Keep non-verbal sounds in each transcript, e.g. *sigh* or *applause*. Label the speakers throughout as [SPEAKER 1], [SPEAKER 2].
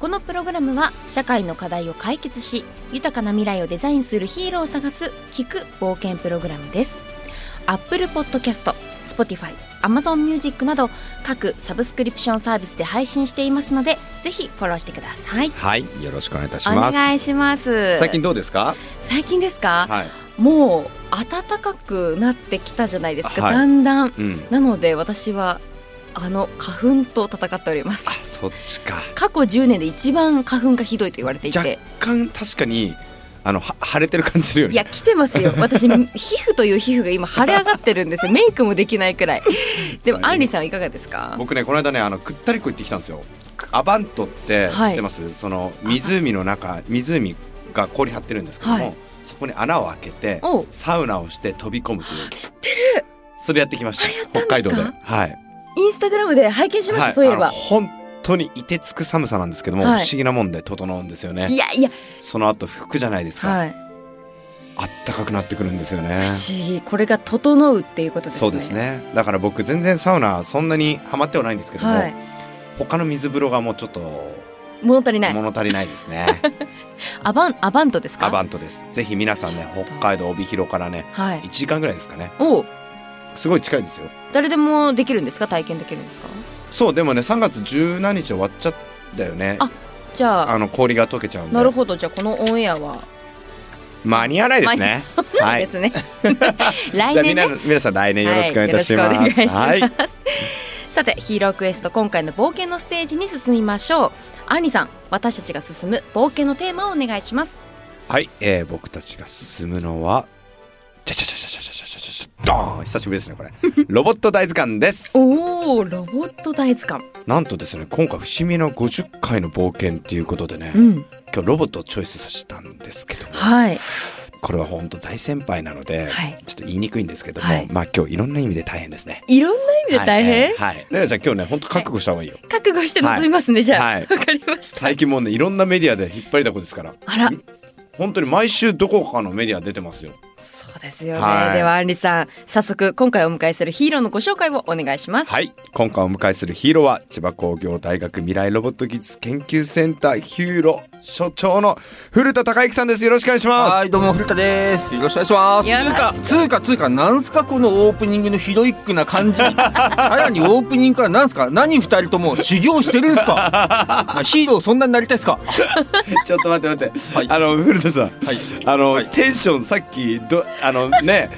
[SPEAKER 1] このプログラムは社会の課題を解決し豊かな未来をデザインするヒーローを探す聞く冒険プログラムです Apple Podcast、Spotify、Amazon Music など各サブスクリプションサービスで配信していますのでぜひフォローしてください
[SPEAKER 2] はい、よろしくお願いいたし
[SPEAKER 1] お
[SPEAKER 2] ます。
[SPEAKER 1] 願いします
[SPEAKER 2] 最近どうですか？
[SPEAKER 1] 最近ですか、
[SPEAKER 2] はい。
[SPEAKER 1] もう暖かくなってきたじゃないですか、
[SPEAKER 2] はい
[SPEAKER 1] だんだん
[SPEAKER 2] うん。
[SPEAKER 1] なので私はあの花粉と戦っております
[SPEAKER 2] あ、そっちか。
[SPEAKER 1] 過去10年で一番花粉がひどいと言われてい
[SPEAKER 2] 若
[SPEAKER 1] て
[SPEAKER 2] 干確かにあのは腫れてる感じするよ
[SPEAKER 1] い
[SPEAKER 2] ね。
[SPEAKER 1] や来てますよ私皮膚という皮膚が今腫れ上がってるんですよメイクもできないく
[SPEAKER 2] *laughs*
[SPEAKER 1] らいでもアンリさんはいかがですか
[SPEAKER 2] 僕ねこの間ねあのくったりこ行ってきたんですよ。アバントって知
[SPEAKER 1] はい
[SPEAKER 2] ってます？その湖の中湖が氷張ってるんですけども、
[SPEAKER 1] はい
[SPEAKER 2] そこに穴を開けて
[SPEAKER 1] おう
[SPEAKER 2] サウナをして飛び込むという
[SPEAKER 1] 知ってる
[SPEAKER 2] それやってきました
[SPEAKER 1] あれやった
[SPEAKER 2] 北
[SPEAKER 1] んですか
[SPEAKER 2] 海道で。はい。
[SPEAKER 1] インスタグラムで拝見しました、
[SPEAKER 2] はい
[SPEAKER 1] そういえ
[SPEAKER 2] あの
[SPEAKER 1] ば
[SPEAKER 2] 本当にいてつく寒さなんですけども、
[SPEAKER 1] はい
[SPEAKER 2] 不思議なもんで整うんですよね
[SPEAKER 1] いやいや、
[SPEAKER 2] その後服じゃないですか、
[SPEAKER 1] はい、
[SPEAKER 2] あったかくなってくるんですよね
[SPEAKER 1] 不思議これが整うっていうことですね
[SPEAKER 2] そうですねだから僕全然サウナそんなにハマってはないんですけども、
[SPEAKER 1] はい
[SPEAKER 2] 他の水風呂がもうちょっと
[SPEAKER 1] 物足りない
[SPEAKER 2] 物足りないですね
[SPEAKER 1] *laughs* アバンアバントですか
[SPEAKER 2] アバントですぜひ皆さんね
[SPEAKER 1] ちょっと
[SPEAKER 2] 北海道帯広からね
[SPEAKER 1] はい
[SPEAKER 2] 1時間ぐらいですかね
[SPEAKER 1] おう
[SPEAKER 2] すごい近いですよ
[SPEAKER 1] 誰でもできるんですか体験できるんですか
[SPEAKER 2] そうでもね3月17日終わっちゃったよね
[SPEAKER 1] あじゃあ
[SPEAKER 2] あの氷が溶けちゃうんで
[SPEAKER 1] なるほどじゃあこのオンエアは
[SPEAKER 2] 間に合わないですねは
[SPEAKER 1] で
[SPEAKER 2] い *laughs*
[SPEAKER 1] すね
[SPEAKER 2] じゃ
[SPEAKER 1] 来
[SPEAKER 2] あみ
[SPEAKER 1] 年
[SPEAKER 2] んな
[SPEAKER 1] ね
[SPEAKER 2] 皆さん来年よろしくお願いいたします。
[SPEAKER 1] はい、よろしくお願いし
[SPEAKER 2] はい
[SPEAKER 1] ます、 *laughs* さてヒーロークエスト今回の冒険のステージに進みましょうアンリさん私たちが進む冒険のテーマをお願いします
[SPEAKER 2] はい、えー僕たちが進むのは。ちゃちゃちゃちゃちゃちゃちゃちゃちゃドーン久しぶりですね
[SPEAKER 1] *laughs*
[SPEAKER 2] これロボット大図鑑です
[SPEAKER 1] おおロボット大図鑑
[SPEAKER 2] なんとですね今回節目の50回の冒険っていうことでね、
[SPEAKER 1] うん
[SPEAKER 2] 今日ロボットをチョイスさせたんですけども
[SPEAKER 1] はい
[SPEAKER 2] これは本当大先輩なので、
[SPEAKER 1] はい
[SPEAKER 2] ちょっと言いにくいんですけども、
[SPEAKER 1] はい
[SPEAKER 2] まあ今日いろんな意味で大変ですね
[SPEAKER 1] いろんな意味で大変、
[SPEAKER 2] はい、はいはいねねちゃん今日ね本当覚悟した方がいいよ、
[SPEAKER 1] 覚悟して臨みますね、じゃあわ、
[SPEAKER 2] はい
[SPEAKER 1] かりました
[SPEAKER 2] 最近もうねいろんなメディアで引っ張りだこですから
[SPEAKER 1] あら
[SPEAKER 2] 本当に毎週どこかのメディア出てますよ
[SPEAKER 1] そうですよね、
[SPEAKER 2] はい
[SPEAKER 1] ではアンリさん早速今回お迎えするヒーローのご紹介をお願いします
[SPEAKER 2] はい今回お迎えするヒーローは千葉工業大学未来ロボット技術研究センターヒューロ所長の古田孝之さんですよろしくお願いします
[SPEAKER 3] はいどうも古田ですよろしくお願いし
[SPEAKER 1] よろし
[SPEAKER 3] ま
[SPEAKER 1] く
[SPEAKER 3] すつうかつうかつうかなんすかこのオープニングのヒロイックな感 *laughs* じさらにオープニングからなんすか何二人とも修行してるんす *laughs* かヒーローそんなになりたいっすか
[SPEAKER 2] ちょっと待って待って、
[SPEAKER 3] はい
[SPEAKER 2] あの古田さん、
[SPEAKER 3] はい
[SPEAKER 2] あの、
[SPEAKER 3] はい
[SPEAKER 2] テンションさっきどあのね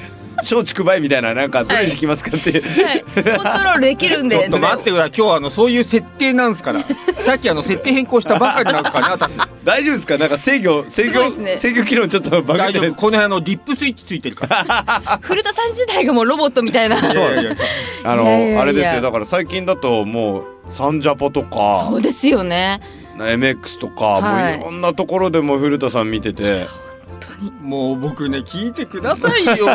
[SPEAKER 2] 松竹梅みたいななんかどれに聞きますかって、
[SPEAKER 1] はい、コントロールできるん
[SPEAKER 3] ち
[SPEAKER 1] で
[SPEAKER 3] ょっと待ってください今日あのそういう設定なんす *laughs* からさっきあの設定変更したばっかりなんすからね私
[SPEAKER 2] *laughs* 大丈夫ですかなんか制御制
[SPEAKER 1] すごい
[SPEAKER 2] 御、
[SPEAKER 1] ですね
[SPEAKER 2] 制御機能ちょっとバグっ
[SPEAKER 3] 大
[SPEAKER 2] て
[SPEAKER 3] 丈
[SPEAKER 2] る
[SPEAKER 3] 夫この辺あのディップスイッチついてるから
[SPEAKER 1] 古田さん自体がもうロボットみたいな
[SPEAKER 3] *laughs* そういやいや
[SPEAKER 2] あの
[SPEAKER 1] いやいやいや
[SPEAKER 2] あれですよだから最近だともうサンジャポとか
[SPEAKER 1] そうですよね
[SPEAKER 2] MX とか、
[SPEAKER 1] は
[SPEAKER 2] も
[SPEAKER 1] い
[SPEAKER 2] ういろんなところでも古田さん見てて
[SPEAKER 1] 本当に
[SPEAKER 3] もう僕ね聞いてください
[SPEAKER 1] *laughs*
[SPEAKER 3] よ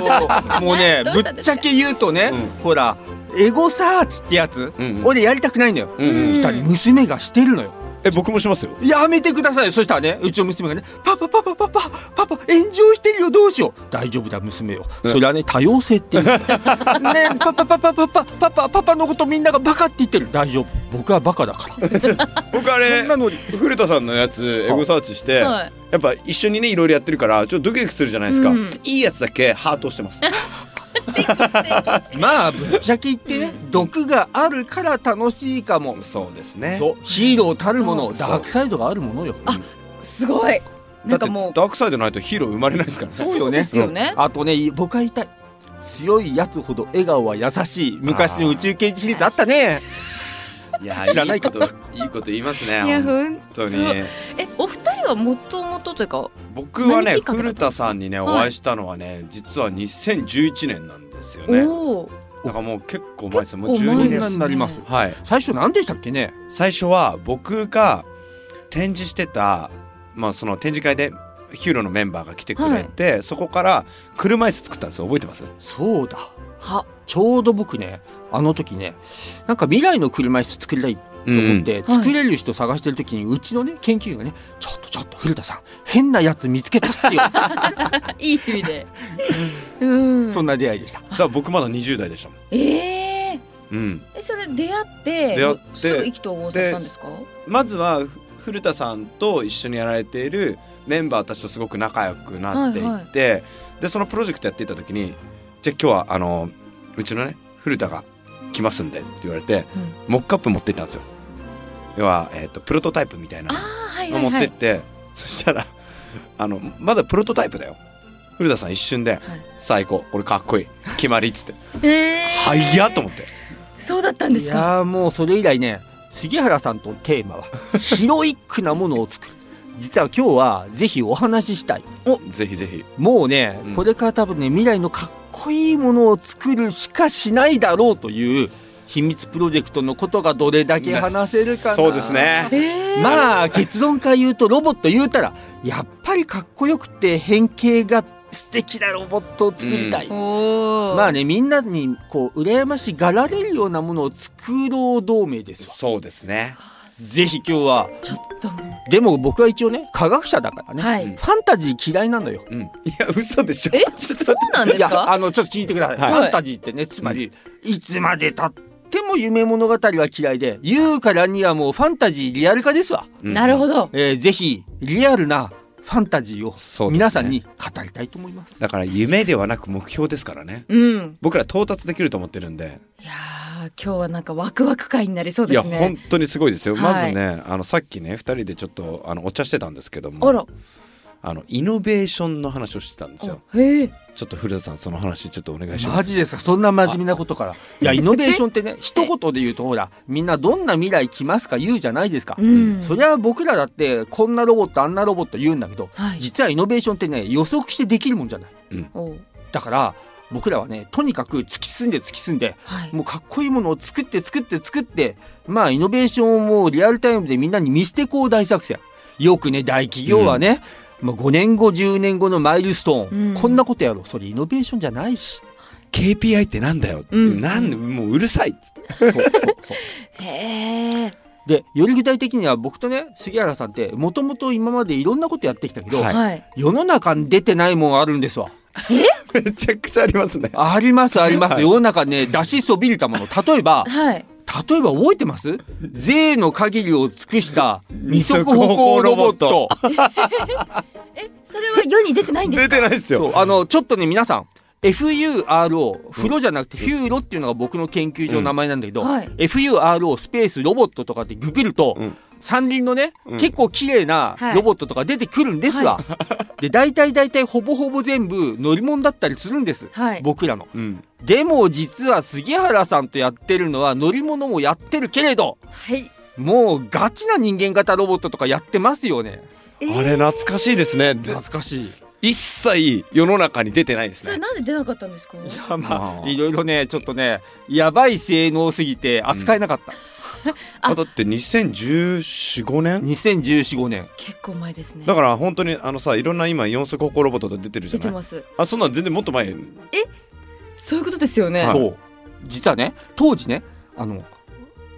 [SPEAKER 3] もうね
[SPEAKER 1] どう
[SPEAKER 3] ぶ
[SPEAKER 1] したん
[SPEAKER 3] っ
[SPEAKER 1] です
[SPEAKER 3] ち
[SPEAKER 1] か
[SPEAKER 3] ゃけ言うとね、
[SPEAKER 2] うん
[SPEAKER 3] ほらエゴサーチってやつ、
[SPEAKER 2] うんうん
[SPEAKER 3] 俺やりたくないのよ、
[SPEAKER 2] うんうん
[SPEAKER 1] うん
[SPEAKER 3] したら娘がしてるのよ
[SPEAKER 2] え僕もしますよ
[SPEAKER 3] やめてくださいよそしたらねうちの娘がね「パパパパパパパパ炎上してるよどうしよう大丈夫だ娘よ
[SPEAKER 2] うん
[SPEAKER 3] それはね多様性っ
[SPEAKER 1] *laughs*
[SPEAKER 3] ていうねパパパパパパパパパパのことみんながバカって言ってる大丈夫僕はバカだから
[SPEAKER 2] 僕あ
[SPEAKER 3] そ
[SPEAKER 2] れ
[SPEAKER 3] んなのに
[SPEAKER 2] 古田さんのやつエゴサーチして、
[SPEAKER 1] はい
[SPEAKER 2] やっぱ一緒にねいろいろやってるからちょっとドキドキするじゃないですか、
[SPEAKER 1] うん
[SPEAKER 2] いいやつだけハート押してます
[SPEAKER 3] まあぶっちゃけ言ってね毒があるから楽しいかも
[SPEAKER 2] そうですね
[SPEAKER 3] そうヒーローたるもの
[SPEAKER 2] そう
[SPEAKER 3] ダークサイドがあるものよ
[SPEAKER 1] すごい
[SPEAKER 2] だ
[SPEAKER 1] な
[SPEAKER 2] っ
[SPEAKER 1] んかも
[SPEAKER 2] て
[SPEAKER 1] う
[SPEAKER 2] ダークサイドないとヒーロー生まれないですからね
[SPEAKER 3] そうよね
[SPEAKER 1] ですよね、
[SPEAKER 3] あとね僕は言いたい強いやつほど笑顔は優しい昔の宇宙刑事シリーズあったね
[SPEAKER 2] いや
[SPEAKER 3] 知らないこと
[SPEAKER 2] いこといいこと言いますね
[SPEAKER 1] い
[SPEAKER 2] 本
[SPEAKER 1] やふん
[SPEAKER 2] 当に
[SPEAKER 1] そうえお二人はもともとというか
[SPEAKER 2] 僕はね
[SPEAKER 1] 何きっかけだ
[SPEAKER 2] 古
[SPEAKER 1] った
[SPEAKER 2] 田さんにねお
[SPEAKER 1] はい
[SPEAKER 2] 会いしたのはね、実は2011年なんですよね
[SPEAKER 1] おお
[SPEAKER 2] だからもう結構前ですねもう
[SPEAKER 1] 結構
[SPEAKER 2] 12
[SPEAKER 1] 前
[SPEAKER 3] こ
[SPEAKER 1] です
[SPEAKER 3] んな
[SPEAKER 2] 年
[SPEAKER 3] になります
[SPEAKER 2] はい
[SPEAKER 3] 最初何でしたっけね
[SPEAKER 2] 最初は僕が展示してたまあその展示会でヒーローのメンバーが来てくれて、そこから車椅子作ったんですよ覚えてます
[SPEAKER 3] そうだ
[SPEAKER 1] は
[SPEAKER 3] ちょうど僕ねあの時ねなんか未来の車椅子作りたいと思って、
[SPEAKER 1] うん
[SPEAKER 3] 作れる人探してる時にうちのね研究員がね「ちょっとちょっと古田さん変なやつ見つけたっすよ」
[SPEAKER 1] いい意味でうん
[SPEAKER 3] そんな出会いでした
[SPEAKER 2] だから僕まだ20代でしたもん、
[SPEAKER 1] えー、
[SPEAKER 2] うん、
[SPEAKER 1] えそれ出会って
[SPEAKER 2] 出会って
[SPEAKER 1] すぐ意気投合されたんですか
[SPEAKER 2] まずはふ古田さんと一緒にやられているメンバーたちとすごく仲良くなっていって、でそのプロジェクトやっていた時に「じゃあ今日はあのうちのね古田が来ますんで」って言われて、モックアップ持って行ったんですよ。要は、えー、とプロトタイプみたいな
[SPEAKER 1] ああはいは
[SPEAKER 2] の持
[SPEAKER 1] い
[SPEAKER 2] って
[SPEAKER 1] は
[SPEAKER 2] っ
[SPEAKER 1] い
[SPEAKER 2] て、そしたらあのまだプロトタイプだよ古田さん一瞬で
[SPEAKER 1] はい
[SPEAKER 2] 「最高俺かっこいい決まり」っつって
[SPEAKER 1] え
[SPEAKER 2] 「はいや」と思って
[SPEAKER 1] ー、そうだったんで
[SPEAKER 3] い
[SPEAKER 1] すか
[SPEAKER 3] やーもうそれ以来ね杉原さんとのテー
[SPEAKER 2] *laughs*
[SPEAKER 3] マは「ヒロイックなものを作る」実は今日はぜひお話ししたい
[SPEAKER 2] ぜひぜひ
[SPEAKER 3] もうね、
[SPEAKER 2] うん
[SPEAKER 3] これから多分ね未来のかっこいいものを作るしかしないだろうという秘密プロジェクトのことがどれだけ話せるかな
[SPEAKER 2] そうですね
[SPEAKER 1] えー、
[SPEAKER 3] まあ結論から言うとロボット言うたらやっぱりかっこよくて変形が素敵なロボットを作りたい、
[SPEAKER 1] おお
[SPEAKER 3] まあねみんなにこう羨ましがられるようなものを作ろう同盟ですわ
[SPEAKER 2] そうですね
[SPEAKER 3] ぜひ今日は
[SPEAKER 1] ちょっとも
[SPEAKER 3] でも僕は一応ね科学者だから
[SPEAKER 1] う
[SPEAKER 3] ね、
[SPEAKER 1] はい、
[SPEAKER 2] うん
[SPEAKER 3] ファンタジー嫌いなのよ
[SPEAKER 2] うん、いや嘘でしょ
[SPEAKER 1] え
[SPEAKER 2] ちょっ
[SPEAKER 1] そ
[SPEAKER 2] と
[SPEAKER 1] うなんで
[SPEAKER 3] い
[SPEAKER 1] すか
[SPEAKER 3] やあのちょっと聞いてください、
[SPEAKER 2] はい
[SPEAKER 3] ファンタジーってねつまり、いつまでたっても夢物語は嫌いで言うからにはもうファンタジーリアル化ですわ、
[SPEAKER 1] なるほ
[SPEAKER 2] ど
[SPEAKER 1] ど
[SPEAKER 3] えーぜひリアルなファンタジー
[SPEAKER 2] そう
[SPEAKER 3] を
[SPEAKER 2] ですね
[SPEAKER 3] 皆さんに語りたいと思います
[SPEAKER 2] だから夢ではなく目標ですからね
[SPEAKER 1] うん
[SPEAKER 2] 僕ら到達できると思ってるんで
[SPEAKER 1] いやー今日はなんかワクワク会になりそう
[SPEAKER 2] い
[SPEAKER 1] で
[SPEAKER 2] や
[SPEAKER 1] すね
[SPEAKER 2] 本当にすごいですよ、
[SPEAKER 1] はい
[SPEAKER 2] まずねあのさっきね2人でちょっとあのお茶してたんですけども
[SPEAKER 1] あら
[SPEAKER 2] あのイノベーションの話をしてたんですよ
[SPEAKER 1] おへえ
[SPEAKER 2] ちょっと古田さんその話ちょっとお願いしま
[SPEAKER 3] マ
[SPEAKER 2] す
[SPEAKER 3] ジですかそんな真面目なことからい
[SPEAKER 1] *laughs*
[SPEAKER 3] やイノベーションってね一言で言うとほらみんなどんな未来来ますか言うじゃないですか、
[SPEAKER 1] うん
[SPEAKER 3] そりゃ僕らだってこんなロボットあんなロボット言うんだけど、
[SPEAKER 1] はい
[SPEAKER 3] 実はイノベーションってね予測してできるもんじゃない
[SPEAKER 1] おう
[SPEAKER 3] だから僕らはねとにかく突き進んで突き進んで
[SPEAKER 1] はい
[SPEAKER 3] もうかっこいいものを作って作って作ってまあイノベーションをもうリアルタイムでみんなに見せてこう大作戦よくね大企業はね、もう5年後10年後のマイルストーン、
[SPEAKER 1] うん
[SPEAKER 3] こんなことやろうそれイノベーションじゃな
[SPEAKER 1] *laughs*
[SPEAKER 3] いし
[SPEAKER 2] KPI ってなんだよ、
[SPEAKER 1] うん
[SPEAKER 2] なんでもううるさいっつって
[SPEAKER 3] そうそうそう
[SPEAKER 1] へえ
[SPEAKER 3] でより具体的には僕とね杉原さんってもともと今までいろんなことやってきたけど、
[SPEAKER 2] はい
[SPEAKER 1] はい
[SPEAKER 3] 世の中に出てないもんあるんですわ
[SPEAKER 2] めちゃくちゃありますね
[SPEAKER 3] ありますあります、
[SPEAKER 2] はい
[SPEAKER 3] 世の中ね出しそびれたもの例え
[SPEAKER 2] *laughs*
[SPEAKER 3] ば
[SPEAKER 1] はい
[SPEAKER 3] 例えば覚えてます税の限りを尽くした二
[SPEAKER 2] 二
[SPEAKER 3] 足
[SPEAKER 2] 足
[SPEAKER 3] 歩
[SPEAKER 2] 歩
[SPEAKER 3] 行
[SPEAKER 2] 行
[SPEAKER 3] ロ
[SPEAKER 2] ロ
[SPEAKER 3] ボ
[SPEAKER 2] ボ
[SPEAKER 3] ッ
[SPEAKER 2] ッ
[SPEAKER 3] ト
[SPEAKER 2] ト。
[SPEAKER 1] えそれは世に出てないんです
[SPEAKER 2] *laughs* 出
[SPEAKER 1] か
[SPEAKER 2] てないです
[SPEAKER 3] そう
[SPEAKER 2] よ
[SPEAKER 3] あの、ちょっとね、皆さん、FURO、風呂じゃなくてフューロっていうのが僕の研究所の名前なんだけど、
[SPEAKER 1] うんはい
[SPEAKER 3] FURO スペースロボットとかってググると、
[SPEAKER 2] うん
[SPEAKER 3] 山林のね、
[SPEAKER 2] うん
[SPEAKER 3] 結構綺麗な
[SPEAKER 1] はい
[SPEAKER 3] ロボットとか出てくるんですわ。 *laughs* で、大体大体ほぼほぼ全部乗り物だったりするんです。
[SPEAKER 1] はい
[SPEAKER 3] 僕らの。
[SPEAKER 2] うん
[SPEAKER 3] でも実は杉原さんとやってるのは乗り物もやってるけれど、
[SPEAKER 1] はい
[SPEAKER 3] もうガチな人間型ロボットとかやってますよね。
[SPEAKER 2] あれ懐かしいですねで
[SPEAKER 3] 懐かしい。
[SPEAKER 2] 一切世の中に出てないです
[SPEAKER 1] それ
[SPEAKER 2] ね
[SPEAKER 1] なんで出なかったんですか
[SPEAKER 3] いやま
[SPEAKER 2] ま
[SPEAKER 3] あ
[SPEAKER 2] あ
[SPEAKER 3] いろいろねちょっとねやばい性能すぎて扱えなかった、
[SPEAKER 1] あ
[SPEAKER 2] あだって201415年
[SPEAKER 3] 201415年
[SPEAKER 1] 結構前ですね
[SPEAKER 2] だから本当にあのさいろんな今四足歩行ロボットと出てるじ
[SPEAKER 1] 出
[SPEAKER 2] ゃ
[SPEAKER 1] て
[SPEAKER 2] ない
[SPEAKER 1] ます
[SPEAKER 2] あそんなん全然もっと前
[SPEAKER 1] そういうことですよね
[SPEAKER 2] はい
[SPEAKER 3] そう実はね当時ねあの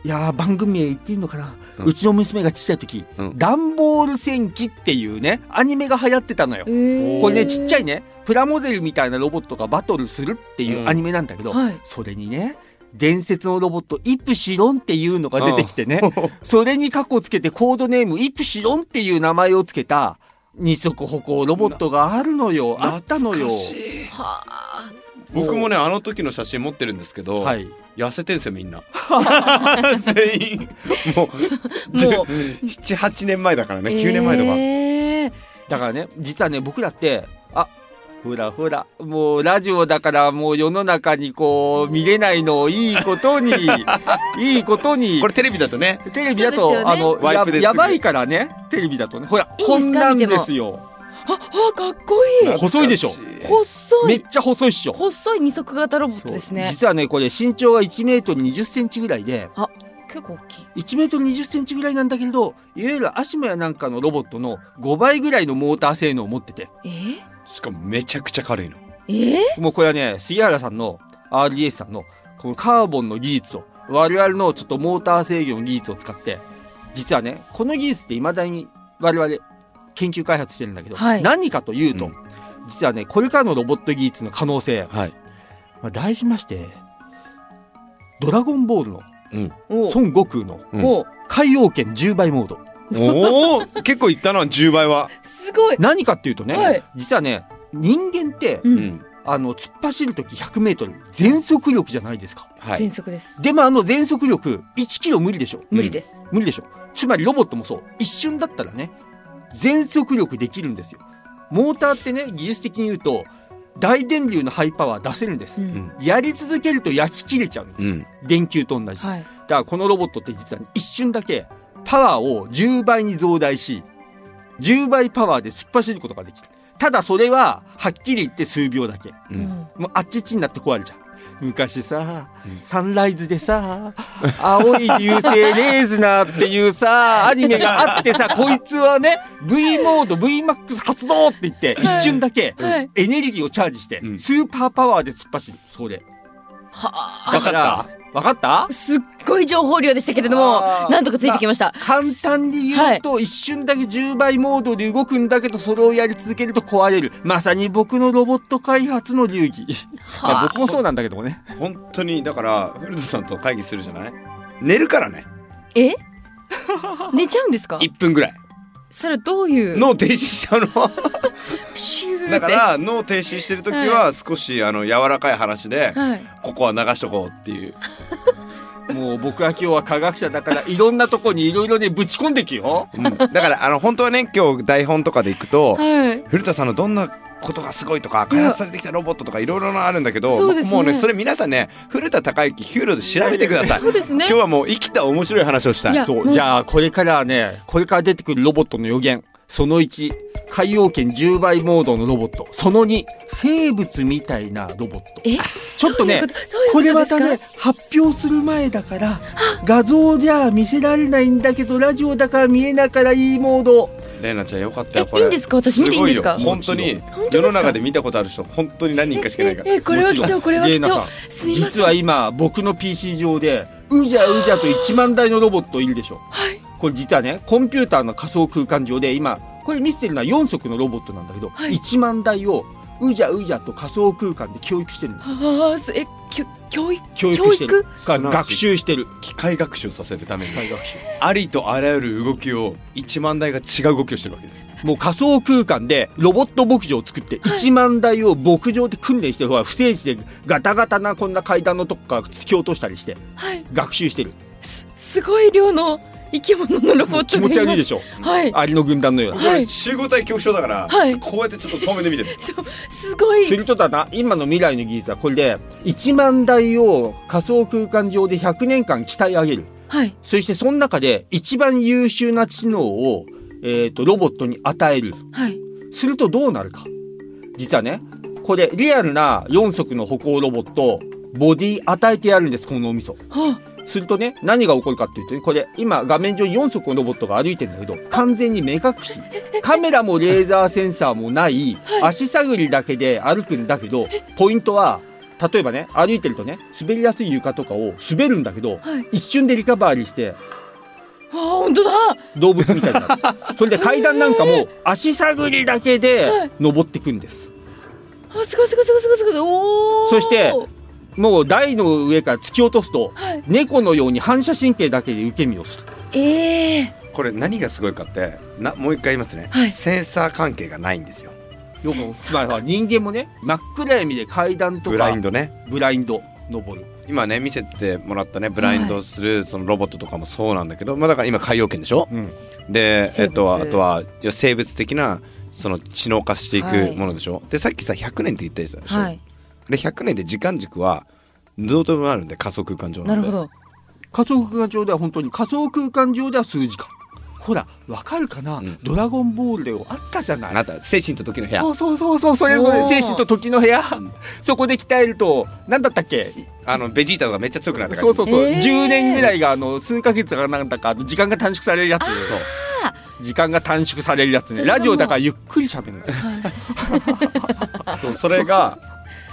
[SPEAKER 3] いやー番組名言っていいのかな、う
[SPEAKER 2] うん
[SPEAKER 3] ちの娘がちっちゃい時「
[SPEAKER 2] うん
[SPEAKER 3] ダンボール戦記」っていうねアニメが流行ってたのよ、
[SPEAKER 1] へー
[SPEAKER 3] これねちっちゃいねプラモデルみたいなロボットがバトルするっていうアニメなんだけど、
[SPEAKER 1] はい
[SPEAKER 3] それにね伝説のロボットイプシロンっていうのが出てきてね、それに過去つけてコードネームイプシロンっていう名前をつけた二足歩行ロボットがあるのよあったの
[SPEAKER 2] 懐
[SPEAKER 3] よ
[SPEAKER 2] かしい
[SPEAKER 1] はあ
[SPEAKER 2] 僕もねあの時の写真持ってるんですけど、
[SPEAKER 3] はい
[SPEAKER 2] 痩せてんすよみんな全員もう
[SPEAKER 1] もう
[SPEAKER 2] 78年前だからね9年前とか、
[SPEAKER 1] へー
[SPEAKER 3] だからね実はね僕らってあほらほらもうラジオだからもう世の中にこう見れないのをいいことにいいことに
[SPEAKER 2] これテレビだとね
[SPEAKER 3] テレビだ
[SPEAKER 1] そうです
[SPEAKER 3] と、
[SPEAKER 1] よね
[SPEAKER 3] あの
[SPEAKER 2] ワイ
[SPEAKER 3] や
[SPEAKER 2] プですぐ
[SPEAKER 3] やばいからねテレビだとねほら
[SPEAKER 1] いいですか
[SPEAKER 3] こんなん
[SPEAKER 1] 見て
[SPEAKER 3] で
[SPEAKER 1] も
[SPEAKER 3] すよ
[SPEAKER 1] ああかっこいい
[SPEAKER 3] 細いでしょ
[SPEAKER 2] 懐か
[SPEAKER 1] 細
[SPEAKER 3] めっ
[SPEAKER 1] い
[SPEAKER 3] ちゃ細いっしょ
[SPEAKER 1] 細い二足型ロボットですね
[SPEAKER 3] 実はねこれ身長が1メートル2 0センチぐらいで
[SPEAKER 1] あ結構大きい
[SPEAKER 3] 1メートル20センチぐらいなんだけれどいわゆるアシモやなんかのロボットの5倍ぐらいのモーター性能を持ってて
[SPEAKER 1] え
[SPEAKER 2] しかもめちゃくちゃ軽いの
[SPEAKER 1] ええ
[SPEAKER 3] もうこれはね杉原さんの RDS さんのこのカーボンの技術と我々のちょっとモーター制御の技術を使って実はねこの技術っていまだに我々研究開発してるんだけど、
[SPEAKER 1] はい
[SPEAKER 3] 何かというと、
[SPEAKER 2] うん
[SPEAKER 3] 実はねこれからのロボット技術の可能性、
[SPEAKER 2] はい
[SPEAKER 3] まあ、題しまして「ドラゴンボール」の
[SPEAKER 1] おう
[SPEAKER 3] 孫悟空の
[SPEAKER 2] うん
[SPEAKER 1] おう
[SPEAKER 3] 海洋圏10倍モード
[SPEAKER 2] おお結構いったな10倍は
[SPEAKER 1] すごい
[SPEAKER 3] 何かっていうとね、
[SPEAKER 1] はい
[SPEAKER 3] 実はね人間って、
[SPEAKER 1] うん
[SPEAKER 3] あの突っ走る時 100m 全速力じゃないですか
[SPEAKER 2] はい
[SPEAKER 1] 全速です
[SPEAKER 3] でもあの全速力1キロ無理でしょ
[SPEAKER 1] 無理です、
[SPEAKER 3] 無理でしょつまりロボットもそう一瞬だったらね全速力できるんですよモーターってね技術的に言うと大電流のハイパワー出せるんです、
[SPEAKER 1] うん
[SPEAKER 2] ん
[SPEAKER 3] やり続けると焼き切れちゃうんで
[SPEAKER 2] う
[SPEAKER 3] すよ、
[SPEAKER 2] ん
[SPEAKER 3] 電球と同じ、
[SPEAKER 1] はい
[SPEAKER 3] だからこのロボットって実は一瞬だけパワーを10倍に増大し10倍パワーで突っ走ることができるただそれははっきり言って数秒だけ
[SPEAKER 2] う
[SPEAKER 1] うんん
[SPEAKER 3] もうあっちっちになって壊れちゃう昔さ、
[SPEAKER 2] うん
[SPEAKER 3] サンライズでさ青い流星レーズナーってい
[SPEAKER 1] *laughs*
[SPEAKER 3] うさアニメがあってさこいつはね V モード VMAX 発動って言って一瞬だけ
[SPEAKER 1] はい
[SPEAKER 3] エネルギーをチャージして
[SPEAKER 2] うん
[SPEAKER 3] スーパーパワーで突っ走るそれ
[SPEAKER 1] は
[SPEAKER 3] だから分かった
[SPEAKER 1] あすっごい情報量でしたけれども
[SPEAKER 3] あー
[SPEAKER 1] なんとかついてきました
[SPEAKER 3] 簡単に言うと、一瞬だけ10倍モードで動くんだけどそれをやり続けると壊れるまさに僕のロボット開発の流儀、まあ
[SPEAKER 1] はあ
[SPEAKER 3] 僕もそうなんだけどもね
[SPEAKER 2] 本当にだから古田さんと会議するじゃない寝るからね
[SPEAKER 3] *laughs*
[SPEAKER 1] え寝ちゃうんですか
[SPEAKER 2] 1分ぐらい
[SPEAKER 1] それはどういう
[SPEAKER 2] 脳停止しちゃうの
[SPEAKER 1] プシューって
[SPEAKER 2] だから脳停止してる時は少しあの柔らかい話で
[SPEAKER 1] はい
[SPEAKER 2] ここは流しとこうっていう
[SPEAKER 3] もう僕は今日は科学者だからいろんなとこにいろいろねぶち込んできよ
[SPEAKER 2] うんだからあの本当はね今日台本とかでいくと
[SPEAKER 1] はい
[SPEAKER 2] 古田さんのどんなことがすごいとか開発されてきたロボットとかいろいろなあるんだけど
[SPEAKER 1] そうですね
[SPEAKER 2] もうねそれ皆さんね古田孝之ヒューローで調べてください
[SPEAKER 1] そうですね
[SPEAKER 2] 今日はもう生きた面白い話をした
[SPEAKER 1] い
[SPEAKER 2] い
[SPEAKER 1] や
[SPEAKER 3] そううんじゃあこれからはねこれから出てくるロボットの予言その1海洋圏10倍モードのロボットその2生物みたいなロボット
[SPEAKER 1] え
[SPEAKER 3] ちょっとね
[SPEAKER 1] どういうことど
[SPEAKER 3] こ
[SPEAKER 1] うい
[SPEAKER 3] れ
[SPEAKER 1] うこと
[SPEAKER 3] ま
[SPEAKER 1] ですか
[SPEAKER 3] たね発表する前だから画像じゃ見せられないんだけどラジオだから見えないからいいモード
[SPEAKER 2] レイナちゃんよかったよ
[SPEAKER 1] え
[SPEAKER 2] これ
[SPEAKER 1] いいんですか私見ていいんですか
[SPEAKER 2] ごよ本当に
[SPEAKER 1] 本当ですか
[SPEAKER 2] 世の中で見たことある人本当に何人かしかいないから
[SPEAKER 1] ええこれは貴
[SPEAKER 3] もちろ
[SPEAKER 1] 重
[SPEAKER 3] ん
[SPEAKER 1] これは貴
[SPEAKER 3] リエナ
[SPEAKER 1] 重
[SPEAKER 3] さ
[SPEAKER 1] すみませ
[SPEAKER 3] 実
[SPEAKER 1] ん
[SPEAKER 3] は今僕の PC 上でうじゃうじゃと1万台のロボットいるでしょ、
[SPEAKER 1] はい
[SPEAKER 3] これ実はねコンピューターの仮想空間上で今これ見せてるのは4足のロボットなんだけど、
[SPEAKER 1] はい
[SPEAKER 3] 1万台をうじゃうじゃと仮想空間で教育してるんです
[SPEAKER 1] ああすえきょ教育
[SPEAKER 3] 教育してる
[SPEAKER 2] 教育
[SPEAKER 3] が学習してる
[SPEAKER 2] 機械学習させるために
[SPEAKER 3] 大学習
[SPEAKER 2] ありとあらゆる動きを1万台が違う動きをしてるわけですよ
[SPEAKER 3] もう仮想空間でロボット牧場を作って1万台を牧場で訓練してるほら不正地でガタガタなこんな階段のとこから突き落としたりして
[SPEAKER 1] はい
[SPEAKER 3] 学習してる
[SPEAKER 1] すすごい量の生き物のロボ
[SPEAKER 3] も
[SPEAKER 1] ット
[SPEAKER 3] う気持ち悪いで
[SPEAKER 1] し
[SPEAKER 3] しょ
[SPEAKER 1] ょはい
[SPEAKER 3] アリの軍団のような。
[SPEAKER 1] はい
[SPEAKER 2] 集合体恐怖症だから、
[SPEAKER 1] はい
[SPEAKER 2] こうやってちょっと遠目で見てる
[SPEAKER 1] そうすごい
[SPEAKER 3] するとだな今の未来の技術はこれで1万台を仮想空間上で100年間鍛え上げる
[SPEAKER 1] はい
[SPEAKER 3] そしてその中で一番優秀な知能を、えー、とロボットに与える
[SPEAKER 1] はい
[SPEAKER 3] するとどうなるか実はねこれリアルな4足の歩行ロボットボディ与えてやるんですこの脳みそ
[SPEAKER 1] は
[SPEAKER 3] するとね何が起こるかっていうとねこれ今画面上4足のロボットが歩いてるんだけど完全に目隠しカメラもレーザーセンサーもない足探りだけで歩くんだけどポイントは例えばね歩いてるとね滑りやすい床とかを滑るんだけど
[SPEAKER 1] あはい
[SPEAKER 3] 一瞬でリカバーリーして
[SPEAKER 1] あー本当だ
[SPEAKER 3] 動物みた
[SPEAKER 1] *laughs*
[SPEAKER 3] いになるそれで階段なんかも足探りだけ
[SPEAKER 1] は
[SPEAKER 3] で
[SPEAKER 1] い
[SPEAKER 3] 登ってくんです
[SPEAKER 1] あすごいすごいすごいすごいすごいおお
[SPEAKER 3] そしてもう台の上から突き落とすと
[SPEAKER 1] はい
[SPEAKER 3] 猫のように反射神経だけで受け身をする
[SPEAKER 1] ええ
[SPEAKER 2] これ何がすごいかってなもう一回言いますね、
[SPEAKER 1] はい
[SPEAKER 2] センサー関係がないんですよ
[SPEAKER 3] よくつまりは人間もね真っ暗闇で階段とか
[SPEAKER 2] ブラインドね
[SPEAKER 3] ブラインド登る
[SPEAKER 2] 今ね見せてもらったねブラインドするそのロボットとかもそうなんだけど、まあだから今海洋圏でしょ
[SPEAKER 3] うん
[SPEAKER 2] で、え
[SPEAKER 1] 生物
[SPEAKER 2] っと、あとはいや生物的なその知能化してい
[SPEAKER 1] はい
[SPEAKER 2] くものでしょ、でさっきさ100年って言ったやつだでしょ、
[SPEAKER 1] はい
[SPEAKER 2] で100年で時間軸はどうとでもなるんで仮想空間上な
[SPEAKER 1] な
[SPEAKER 2] ん
[SPEAKER 1] る
[SPEAKER 2] で
[SPEAKER 1] ほど
[SPEAKER 3] 仮想空間上では本当に仮想空間上では数時間ほらわかるかな、
[SPEAKER 2] うん
[SPEAKER 3] ドラゴンボール」であったじゃ
[SPEAKER 2] あ
[SPEAKER 3] ない
[SPEAKER 2] なた精神と時の部屋
[SPEAKER 3] そうそうそうそうそういうことで
[SPEAKER 1] おー
[SPEAKER 3] 精神と時の部屋、そこで鍛えると何だったっけ
[SPEAKER 2] あのベジータがめっちゃ強くなったから
[SPEAKER 3] そうそうそう、
[SPEAKER 1] えー
[SPEAKER 3] 10年ぐらいがあの数ヶ月がなんだかあの時間が短縮されるやつ時間が短縮されるやつ
[SPEAKER 1] そ
[SPEAKER 3] ね
[SPEAKER 1] れがもう
[SPEAKER 3] ラジオだからゆっくりしゃべるの
[SPEAKER 2] そうそれが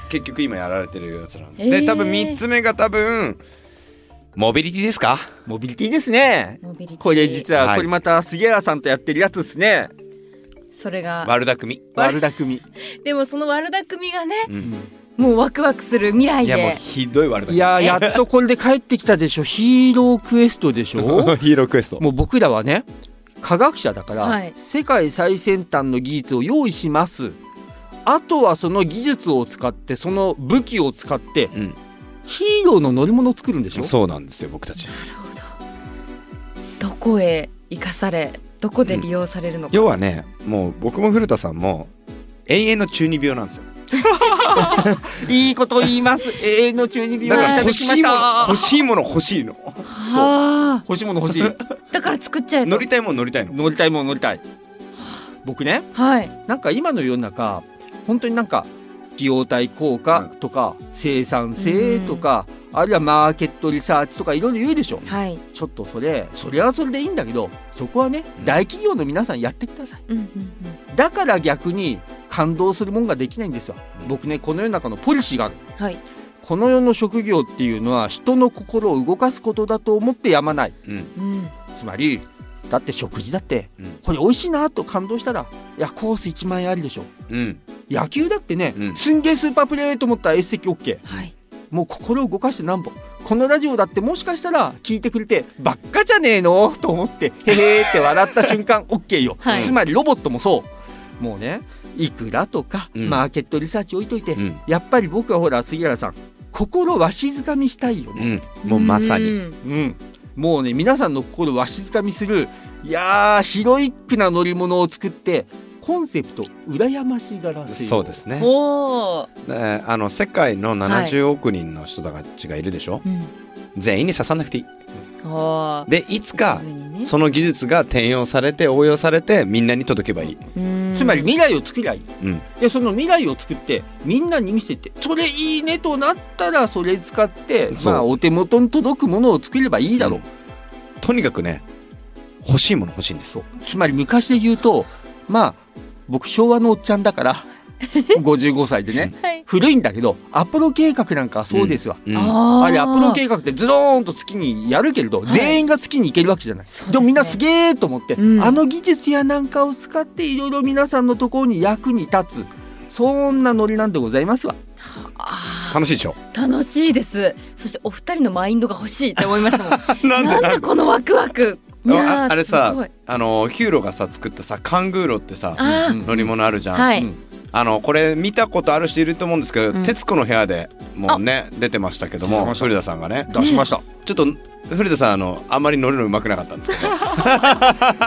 [SPEAKER 2] 結局今やられてるやつなんで、
[SPEAKER 1] へ
[SPEAKER 2] で
[SPEAKER 1] ー
[SPEAKER 2] 多分3つ目が多分モビリティですか
[SPEAKER 3] モビリティですね
[SPEAKER 1] モビリティ
[SPEAKER 3] これ実は
[SPEAKER 2] はい
[SPEAKER 3] これまた杉原さんとやってるやつですね
[SPEAKER 1] それが
[SPEAKER 2] 悪巧み、
[SPEAKER 1] わ
[SPEAKER 3] 悪巧み
[SPEAKER 1] でもその悪巧みがね
[SPEAKER 2] うん
[SPEAKER 1] もうワクワクする未来
[SPEAKER 2] いやもう
[SPEAKER 1] で
[SPEAKER 2] ひどい悪巧み
[SPEAKER 3] いやーやっとこれで帰ってきた *laughs* でしょヒーロークエストでしょ
[SPEAKER 2] *laughs*
[SPEAKER 3] *laughs*
[SPEAKER 2] ヒーロークエスト
[SPEAKER 3] もう僕らはね科学者だから、
[SPEAKER 1] はい
[SPEAKER 3] 世界最先端の技術を用意しますあとはその技術を使ってその武器を使って
[SPEAKER 2] うん
[SPEAKER 3] ヒーローの乗り物を作るんでしょ
[SPEAKER 2] そうなんですよ僕たち
[SPEAKER 1] なるほどどこへ生かされどこで利用されるのか、
[SPEAKER 2] 要はねもう僕も古田さんも永遠の中二病なんですよ
[SPEAKER 3] いいこと言い *laughs* ます。永遠の中二病
[SPEAKER 2] だ
[SPEAKER 3] を
[SPEAKER 2] か
[SPEAKER 3] い
[SPEAKER 2] ら
[SPEAKER 3] ただ
[SPEAKER 2] 欲
[SPEAKER 3] きま
[SPEAKER 2] し
[SPEAKER 3] し
[SPEAKER 2] いもの
[SPEAKER 3] た
[SPEAKER 2] 欲。しいもの欲しいの
[SPEAKER 1] はあ
[SPEAKER 3] 欲しいもの欲しい。
[SPEAKER 1] だから作っちゃえ
[SPEAKER 2] 乗
[SPEAKER 1] と
[SPEAKER 2] りたいもの乗 *laughs* りたいの
[SPEAKER 3] 乗りたいもの乗りたい。僕ね、
[SPEAKER 1] はい
[SPEAKER 3] なんか今の世の中、本当になんか費用対効果とか生産性とか、あるいはマーケットリサーチとかいろいろ言うでしょ。
[SPEAKER 1] はい
[SPEAKER 3] ちょっとそれ、それはそれでいいんだけど、そこはね、大企業の皆さんやってください。
[SPEAKER 1] うんうんうん
[SPEAKER 3] だから逆に感動するもんができないんですよ。僕ね、この世の中のポリシーがある。
[SPEAKER 1] はい
[SPEAKER 3] この世の職業っていうのは人の心を動かすことだと思ってやまない。
[SPEAKER 2] うん
[SPEAKER 1] うん
[SPEAKER 3] つまりだって食事だって、
[SPEAKER 2] うん
[SPEAKER 3] これ美味しいなと感動したらいやコース1万円ありでしょ
[SPEAKER 2] うん
[SPEAKER 3] 野球だってね、
[SPEAKER 2] うん
[SPEAKER 3] すんげえスーパープレーと思ったら S 席 OK
[SPEAKER 1] はい
[SPEAKER 3] もう心を動かしてなんぼこのラジオだってもしかしたら聞いてくれてばっかじゃねえのと思ってへへーって笑った瞬間 OK よ、
[SPEAKER 1] はい
[SPEAKER 3] つまりロボットもそうもうねいくらとか、
[SPEAKER 2] うん
[SPEAKER 3] マーケットリサーチ置いといて、
[SPEAKER 2] うん
[SPEAKER 3] やっぱり僕はほら杉原さん心わしづかみしたいよね、
[SPEAKER 2] うんもうまさに
[SPEAKER 1] うん
[SPEAKER 3] うん、もうね皆さんの心をわしづかみするいやーヒロイックな乗り物を作ってコンセプト羨ましがらせよ
[SPEAKER 2] そうですね
[SPEAKER 1] おお、
[SPEAKER 2] ねあの世界の70億人の人たちがいるでしょ、
[SPEAKER 1] うん、
[SPEAKER 2] 全員に刺さなくていい
[SPEAKER 1] あ
[SPEAKER 2] でいつか
[SPEAKER 1] ね
[SPEAKER 2] その技術が転用されて応用されてみんなに届けばいい、
[SPEAKER 1] うん
[SPEAKER 3] つまり未来を作りゃいい
[SPEAKER 2] うん、
[SPEAKER 3] でその未来を作ってみんなに見せてそれいいねとなったらそれ使って
[SPEAKER 2] そう
[SPEAKER 3] まあお手元に届くものを作ればいいだろう、
[SPEAKER 2] とにかくね欲しいもの欲しいんです
[SPEAKER 3] そうつまり昔で言うとまあ僕昭和のおっちゃんだから55歳でね
[SPEAKER 1] はい、
[SPEAKER 3] 古いんだけどアポロ計画なんかはそうですわ、
[SPEAKER 2] うん
[SPEAKER 1] あー
[SPEAKER 3] あれアップロ計画ってズドーンと月にやるけれど、
[SPEAKER 1] い
[SPEAKER 3] 全員が月に行けるわけじゃないで,、
[SPEAKER 1] そうですね
[SPEAKER 3] もみんなすげえと思って、
[SPEAKER 1] うん
[SPEAKER 3] あの技術やなんかを使っていろいろ皆さんのところに役に立つそんなノリなんでございますわ
[SPEAKER 1] あ
[SPEAKER 2] 楽しいでしょ
[SPEAKER 1] ー楽しいですそしてお二人のマインドが欲しいって思いましたもん
[SPEAKER 2] *laughs* な
[SPEAKER 1] なんだこのワクワクいや
[SPEAKER 2] あ
[SPEAKER 1] ー
[SPEAKER 2] あれ
[SPEAKER 1] すごい
[SPEAKER 2] さあのヒューロがさ作ったさカングーロってさ
[SPEAKER 1] あー
[SPEAKER 2] 乗り物あるじゃん、
[SPEAKER 1] はい、
[SPEAKER 3] うん
[SPEAKER 2] あのこれ見たことある人いると思うんですけど「
[SPEAKER 1] うん
[SPEAKER 2] 徹子の部屋」でもうね出てましたけど
[SPEAKER 3] 出て
[SPEAKER 2] も
[SPEAKER 3] ました
[SPEAKER 2] 古田さんがね
[SPEAKER 3] 出しました、
[SPEAKER 2] ちょっと古田さんあのあんまり乗るのうまくなかったんですけど
[SPEAKER 3] *laughs*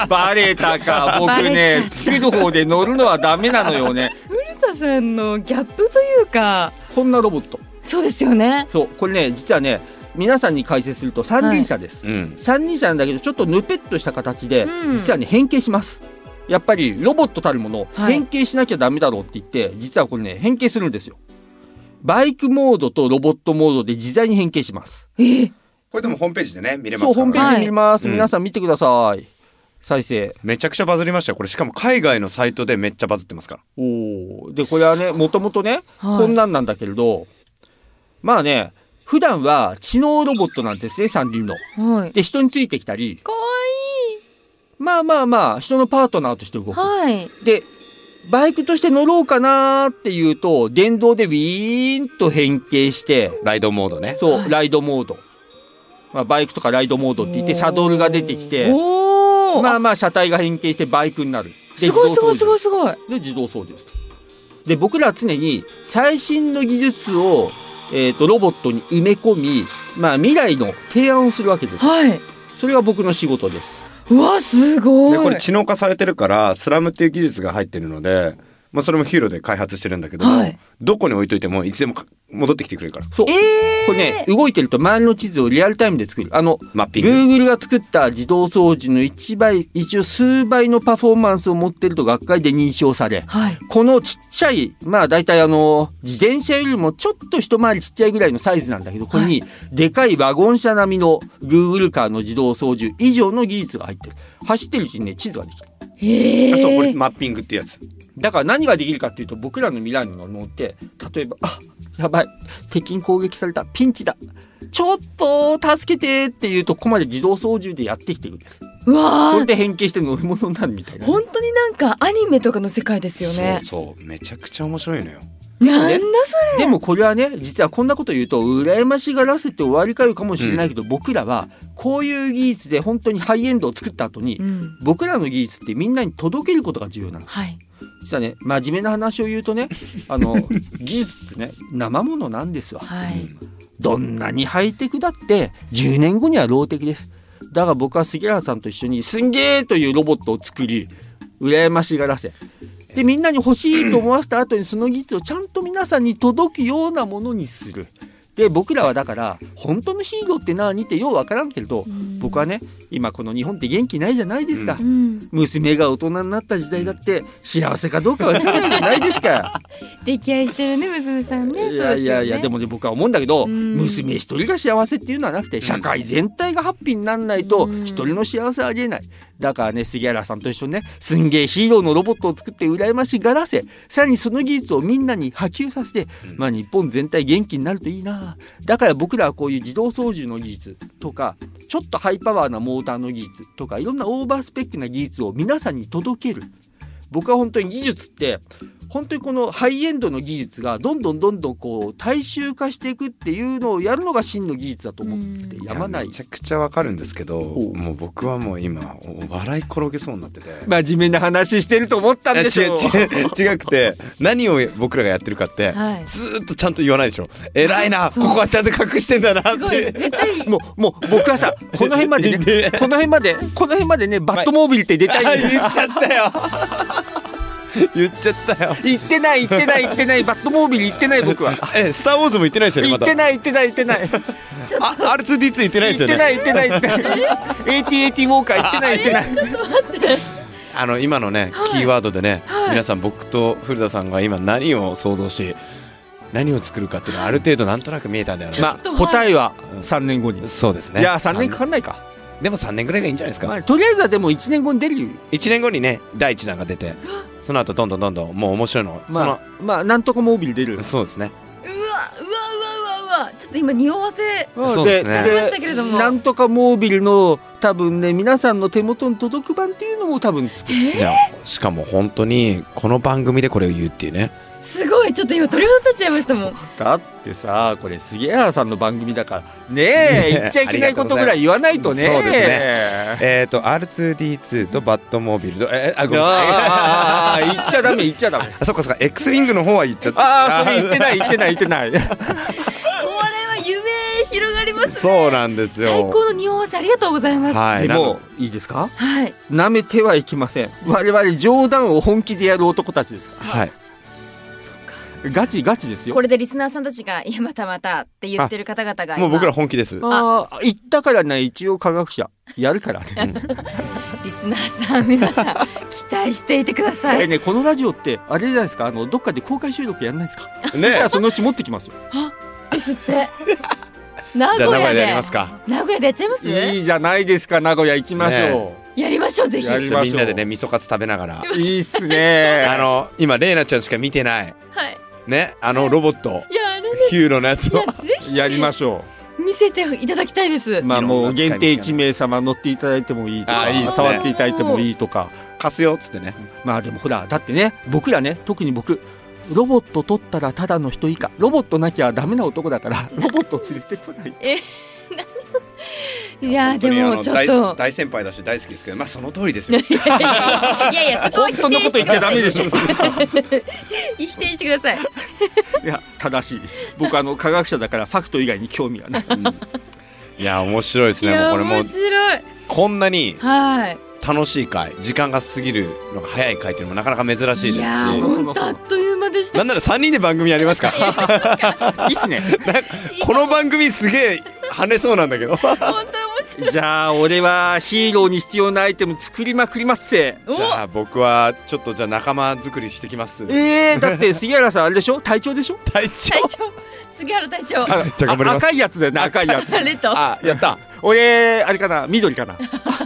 [SPEAKER 3] バレ
[SPEAKER 1] *laughs*
[SPEAKER 3] たか僕
[SPEAKER 1] バレちゃ
[SPEAKER 3] ね
[SPEAKER 1] った
[SPEAKER 3] 作る方で乗るのはダメなの
[SPEAKER 1] *laughs*
[SPEAKER 3] よね
[SPEAKER 1] 古田さんのギャップというか
[SPEAKER 3] こんなロボット
[SPEAKER 1] そうですよね
[SPEAKER 3] そうこれね実はね皆さんに解説すると三輪車です、
[SPEAKER 2] うん
[SPEAKER 3] 三輪車なんだけどちょっとぬぺっとした形で、
[SPEAKER 1] うん
[SPEAKER 3] 実はね変形しますやっぱりロボットたるもの、
[SPEAKER 1] はい
[SPEAKER 3] 変形しなきゃダメだろうって言って実はこれね変形するんですよバイクモードとロボットモードで自在に変形します
[SPEAKER 1] ええ
[SPEAKER 2] これでもホームページでね見れま
[SPEAKER 3] そう
[SPEAKER 2] すか
[SPEAKER 3] ホー
[SPEAKER 2] ら
[SPEAKER 3] ムペー
[SPEAKER 2] ね
[SPEAKER 3] ジ見れます、
[SPEAKER 2] はい
[SPEAKER 3] 皆さん見てください、再生
[SPEAKER 2] めちゃくちゃバズりましたよこれしかも海外のサイトでめっちゃバズってますから
[SPEAKER 3] おーでこれはねもともとね、
[SPEAKER 1] はい
[SPEAKER 3] こんなんなんだけれどまあね普段は知能ロボットなんですね三輪の
[SPEAKER 1] はい
[SPEAKER 3] で人についてきたり
[SPEAKER 1] かわ
[SPEAKER 3] まあまあまあ人のパートナーとして動く
[SPEAKER 1] いいはい
[SPEAKER 3] でバイクとして乗ろうかなーっていうと電動でウィーンと変形して
[SPEAKER 2] ライドモードね
[SPEAKER 3] そうライドモード、まあ、バイクとかライドモードって言って
[SPEAKER 1] おー
[SPEAKER 3] サドルが出てきて
[SPEAKER 1] おお、
[SPEAKER 3] まあまあ車体が変形してバイクになるです
[SPEAKER 1] ごいすごい
[SPEAKER 3] 自
[SPEAKER 1] すご
[SPEAKER 3] 動操
[SPEAKER 1] いすごい
[SPEAKER 3] 縦で自動操縦ですで僕らは常に最新の技術を、えー、とロボットに埋め込み、まあ、未来の提案をするわけです
[SPEAKER 1] はい
[SPEAKER 3] それが僕の仕事です
[SPEAKER 1] うわすご
[SPEAKER 2] で
[SPEAKER 1] い
[SPEAKER 2] これ知能化されてるからスラムっていう技術が入ってるのでまあ、それもヒーローで開発してるんだけども、
[SPEAKER 1] はい
[SPEAKER 2] どこに置いといてもいつでもか戻ってきてくれるから
[SPEAKER 3] そう、これね動いてると周りの地図をリアルタイムで作るあの
[SPEAKER 2] マッピング
[SPEAKER 3] Google が作った自動掃除の一倍一応数倍のパフォーマンスを持ってると学会で認証され
[SPEAKER 1] はい
[SPEAKER 3] このちっちゃいまあ大体あの自転車よりもちょっと一回りちっちゃいぐらいのサイズなんだけどここにでかいワゴン車並みの Google カーの自動操縦以上の技術が入ってる走ってるうちにね地図ができる
[SPEAKER 1] へえ
[SPEAKER 2] あそうこれマッピングってやつ
[SPEAKER 3] だから何ができるかっていうと僕らの未来の乗って例えば「あやばい敵に攻撃されたピンチだちょっと助けて」っていうとここまで自動操縦でやってきてくれる
[SPEAKER 1] うわ
[SPEAKER 3] それ
[SPEAKER 1] ー
[SPEAKER 3] で変形して乗り物になるみたいなね、
[SPEAKER 1] 本当になんかアニメとかの世界ですよね
[SPEAKER 2] そうそうめちゃくちゃ面白いのよ
[SPEAKER 1] なんだ
[SPEAKER 3] ねでもこれはね実はこんなこと言うと羨ましがらせて終わりかよかもしれないけど、僕らはこういう技術で本当にハイエンドを作った後に、
[SPEAKER 1] うん
[SPEAKER 3] 僕らの技術ってみんなに届けることが重要なの
[SPEAKER 1] はい
[SPEAKER 3] 実はね真面目な話を言うとね
[SPEAKER 1] *laughs*
[SPEAKER 3] あの技術ってね生ものなんですわ
[SPEAKER 1] はい、
[SPEAKER 3] どんなにハイテクだって10年後にはローテクですだが僕は杉原さんと一緒に「すんげー!」というロボットを作り羨ましがらせでみんなに欲しいと思わせた後にその技術をちゃんと皆さんに届くようなものにするで僕らはだから本当のヒーローって何ってようわからんけれど
[SPEAKER 1] うん
[SPEAKER 3] 僕はね今この日本って元気ないじゃないですか
[SPEAKER 1] う、ん、
[SPEAKER 3] 娘が大人になった時代だって幸せかどうかわからないじゃないですか。
[SPEAKER 1] 溺愛してるね娘さんね
[SPEAKER 3] いやいやいやで
[SPEAKER 1] も
[SPEAKER 3] もね僕は思うんだけど
[SPEAKER 1] うん
[SPEAKER 3] 娘一人が幸せっていうのはなくて社会全体がハッピーにならないと
[SPEAKER 1] うん
[SPEAKER 3] 一人の幸せはありえないだからね杉原さんと一緒にねすんげえヒーローのロボットを作って羨ましがらせさらにその技術をみんなに波及させてまあ日本全体元気になるといいなだから僕らはこういう自動操縦の技術とかちょっとハイパワーなモーターの技術とかいろんなオーバースペックな技術を皆さんに届ける僕は本当に技術って本当にこのハイエンドの技術がどんどんどんどんこう大衆化していくっていうのをやるのが真の技術だと思って
[SPEAKER 1] うん
[SPEAKER 3] やまない
[SPEAKER 2] やめちゃくちゃわかるんですけど
[SPEAKER 3] おう
[SPEAKER 2] もう僕はもう今お笑い転げそうになってて。
[SPEAKER 3] 真面目な話してると思った
[SPEAKER 2] い
[SPEAKER 3] ん
[SPEAKER 2] や違
[SPEAKER 3] でしょ
[SPEAKER 2] う違う違くて何を僕らがやってるかって、
[SPEAKER 1] はい
[SPEAKER 2] ずーっとちゃんと言わないでしょ偉いなこ
[SPEAKER 1] そう
[SPEAKER 2] こはちゃんと隠してんだなっ
[SPEAKER 1] すごい
[SPEAKER 2] て
[SPEAKER 1] 絶対
[SPEAKER 3] もうもう僕はさこの辺ま *laughs* でね
[SPEAKER 2] で
[SPEAKER 3] この辺までこの辺までねバットモービルって出た
[SPEAKER 2] あ
[SPEAKER 3] いんだよ
[SPEAKER 2] 言っちゃったよ *laughs* 言っちゃったよ
[SPEAKER 3] 行ってない行ってない行ってないバットモービル行って *laughs* ない僕は
[SPEAKER 2] えスター・ウォーズも言ってないですよねま
[SPEAKER 3] 行っ
[SPEAKER 2] だ
[SPEAKER 3] てない行ってない行ってない
[SPEAKER 2] あ R2D2 言ってないです
[SPEAKER 3] 行っ
[SPEAKER 2] よ
[SPEAKER 3] て
[SPEAKER 2] ね
[SPEAKER 3] ない行ってない行ってない AT-AT ウォーカー行ってない行ってない
[SPEAKER 2] あの今のね、キーワードでね、皆さん僕と古田さんが今何を想像し何を作るかっていうのはある程度なんとなく見えたんだよね、
[SPEAKER 3] *laughs* ま
[SPEAKER 1] ち
[SPEAKER 3] あ
[SPEAKER 1] ょっと
[SPEAKER 3] 答えは3年後に
[SPEAKER 2] まあそうですね
[SPEAKER 3] いや3年かかんないか
[SPEAKER 2] でも3年ぐらいがいいんじゃないですか、
[SPEAKER 3] まあ、とりあえずはでも1年後に出るよ
[SPEAKER 2] 1年後にね第1弾が出てその後どんどんどんどんもう面白いの,、
[SPEAKER 3] まあまあなんとかモービル出る
[SPEAKER 2] そのそうですね
[SPEAKER 1] うわうわうわうわうわちょっと今匂わせ
[SPEAKER 3] まあ
[SPEAKER 2] そうですね
[SPEAKER 1] 出ましたけれども
[SPEAKER 3] なんとかモービルの多分ね皆さんの手元に届く版っていうのも多分作る
[SPEAKER 2] いやしかも本当にこの番組でこれを言うっていうね
[SPEAKER 1] すごいちょっと今鳥肌立っちゃいましたもん
[SPEAKER 3] だってさこれ杉原さんの番組だからねえ
[SPEAKER 2] ねえ
[SPEAKER 3] 言っちゃいけないことぐらい言わないとね
[SPEAKER 2] そうですえっ、と R2D2 とバットモービルとえーあごめんなさい
[SPEAKER 3] あーあーあー言っちゃダメ言っちゃダ
[SPEAKER 2] *laughs*
[SPEAKER 3] メ
[SPEAKER 2] あそっかそっか X ウィングの方は言っちゃった
[SPEAKER 3] ああそれ言ってない言ってない言ってない
[SPEAKER 1] これは夢広がりますね
[SPEAKER 2] *laughs* そうなんですよ
[SPEAKER 1] 最高の匂わせありがとうございます
[SPEAKER 2] はい
[SPEAKER 3] で
[SPEAKER 2] なの
[SPEAKER 3] もいいですか
[SPEAKER 1] はい
[SPEAKER 3] なめてはいけません我々冗談を本気でやる男たちですか
[SPEAKER 2] はい
[SPEAKER 1] そっから
[SPEAKER 3] ガチガチですよ
[SPEAKER 1] これでリスナーさんたちが「いやまたまた」って言ってる方々が
[SPEAKER 2] も
[SPEAKER 1] 今
[SPEAKER 2] う僕ら本気です
[SPEAKER 3] ああ言ったからね一応科学者やるからね
[SPEAKER 1] リスナーさん皆
[SPEAKER 2] *laughs*
[SPEAKER 1] さん期待していてくださ
[SPEAKER 3] え
[SPEAKER 1] い
[SPEAKER 3] ねこのラジオってあれじゃないですかあのどっかで公開収録やんないですかじゃ
[SPEAKER 2] ね
[SPEAKER 3] *laughs* あそのうち持ってきますよ
[SPEAKER 1] ですって
[SPEAKER 2] *laughs*
[SPEAKER 1] 名
[SPEAKER 2] じゃあ名
[SPEAKER 1] 古
[SPEAKER 2] 古
[SPEAKER 1] 屋
[SPEAKER 2] 屋で
[SPEAKER 1] で
[SPEAKER 2] やりますか
[SPEAKER 1] 名古屋でやっちゃいます
[SPEAKER 3] いいじゃないですか名古屋行きましょ
[SPEAKER 1] やりましょうぜひ
[SPEAKER 3] や
[SPEAKER 1] は
[SPEAKER 3] り
[SPEAKER 2] じゃあ
[SPEAKER 3] ましょう
[SPEAKER 2] みんなでね味噌カツ食べながら
[SPEAKER 3] う、いいっす *laughs* ね
[SPEAKER 2] あの今レイナちゃんしか見てない
[SPEAKER 1] い
[SPEAKER 2] ねあのロボット
[SPEAKER 1] いやあれね
[SPEAKER 2] ヒューロのやつ
[SPEAKER 1] い
[SPEAKER 2] を
[SPEAKER 1] やぜひ
[SPEAKER 3] やりましょ
[SPEAKER 1] 見せていただきたいです
[SPEAKER 3] うまあ
[SPEAKER 2] いろんな
[SPEAKER 3] もう限定
[SPEAKER 2] 使い道
[SPEAKER 3] 1名様乗っていただいてもいいとか
[SPEAKER 2] あいいっすね
[SPEAKER 3] 触っていただいてもいいとか
[SPEAKER 2] 貸すよっつってね
[SPEAKER 3] まあでもほらだってね僕らね特に僕ロボット取ったらただの人以下ロボットなきゃダメな男だからロボット連れてこない
[SPEAKER 1] いや
[SPEAKER 2] 本当
[SPEAKER 1] で
[SPEAKER 2] にあ
[SPEAKER 1] も
[SPEAKER 2] の
[SPEAKER 1] ちょっ
[SPEAKER 2] 大
[SPEAKER 1] と
[SPEAKER 2] 大先輩だし大好きですけどまあその通り
[SPEAKER 1] *laughs*
[SPEAKER 2] ですよ
[SPEAKER 1] いやいやいやそこは
[SPEAKER 3] 本
[SPEAKER 1] 否
[SPEAKER 3] 当の
[SPEAKER 1] 定
[SPEAKER 3] こ
[SPEAKER 1] して
[SPEAKER 3] と言っ
[SPEAKER 1] く
[SPEAKER 3] ちゃ
[SPEAKER 1] だ
[SPEAKER 3] ダ
[SPEAKER 1] さい
[SPEAKER 3] メでしょ
[SPEAKER 1] 否定してください
[SPEAKER 3] いや正しい僕あの科学者だからファクト以外に興味がない
[SPEAKER 2] いや面白いです
[SPEAKER 1] い
[SPEAKER 2] ねもう
[SPEAKER 1] や
[SPEAKER 2] これもう
[SPEAKER 1] 面白い
[SPEAKER 2] こんなに
[SPEAKER 1] はい
[SPEAKER 2] 楽しい回時間が過ぎるのが早い回っていうのもなかなか珍しいですし
[SPEAKER 1] いやー
[SPEAKER 2] な
[SPEAKER 1] 本当あっという間でした
[SPEAKER 2] んなら3人で番組やり
[SPEAKER 1] *laughs*
[SPEAKER 2] ますか
[SPEAKER 3] いいっすね。
[SPEAKER 2] この番組すげえ跳ねそうなんだけど
[SPEAKER 1] 本当に面白い
[SPEAKER 3] じゃあ俺はヒーローに必要なアイテム作りまくりますせ。
[SPEAKER 1] お
[SPEAKER 2] じゃあ僕はちょっとじゃあ仲間作りしてきます
[SPEAKER 3] えー、だって杉原さんあれでしょ隊長でしょ
[SPEAKER 2] 隊長
[SPEAKER 1] 隊長杉原隊長
[SPEAKER 3] あ
[SPEAKER 2] じゃあ頑張ります
[SPEAKER 3] 赤いやつだよね赤いやつ
[SPEAKER 1] 誰と
[SPEAKER 2] あやった
[SPEAKER 3] 俺あれかな緑かな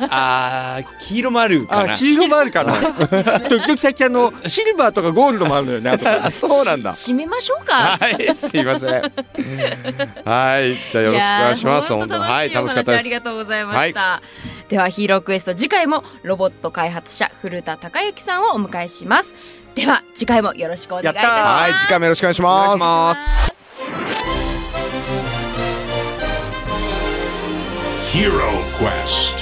[SPEAKER 2] あー黄色もあるか
[SPEAKER 3] あ
[SPEAKER 2] な
[SPEAKER 3] 黄色もあるかな時々先あのシルバーとかゴールドもあるのよねあと
[SPEAKER 2] あそうなんだ
[SPEAKER 1] 締めましょうか
[SPEAKER 2] はいすいませんはいじゃあよろしくお願いします
[SPEAKER 1] やー本当
[SPEAKER 2] はい楽しかった
[SPEAKER 1] お
[SPEAKER 2] で
[SPEAKER 1] 話あり
[SPEAKER 2] す
[SPEAKER 1] がとうございました、ではヒーロークエスト次回もロボット開発者古田隆之さんをお迎えしますでは次回もよろしくお願いいたし
[SPEAKER 3] やったー
[SPEAKER 1] ま
[SPEAKER 2] は
[SPEAKER 1] す
[SPEAKER 2] い次回もよろしくお願いし
[SPEAKER 3] お願
[SPEAKER 2] ま
[SPEAKER 3] いし
[SPEAKER 2] す
[SPEAKER 3] ます
[SPEAKER 4] Hero Quest.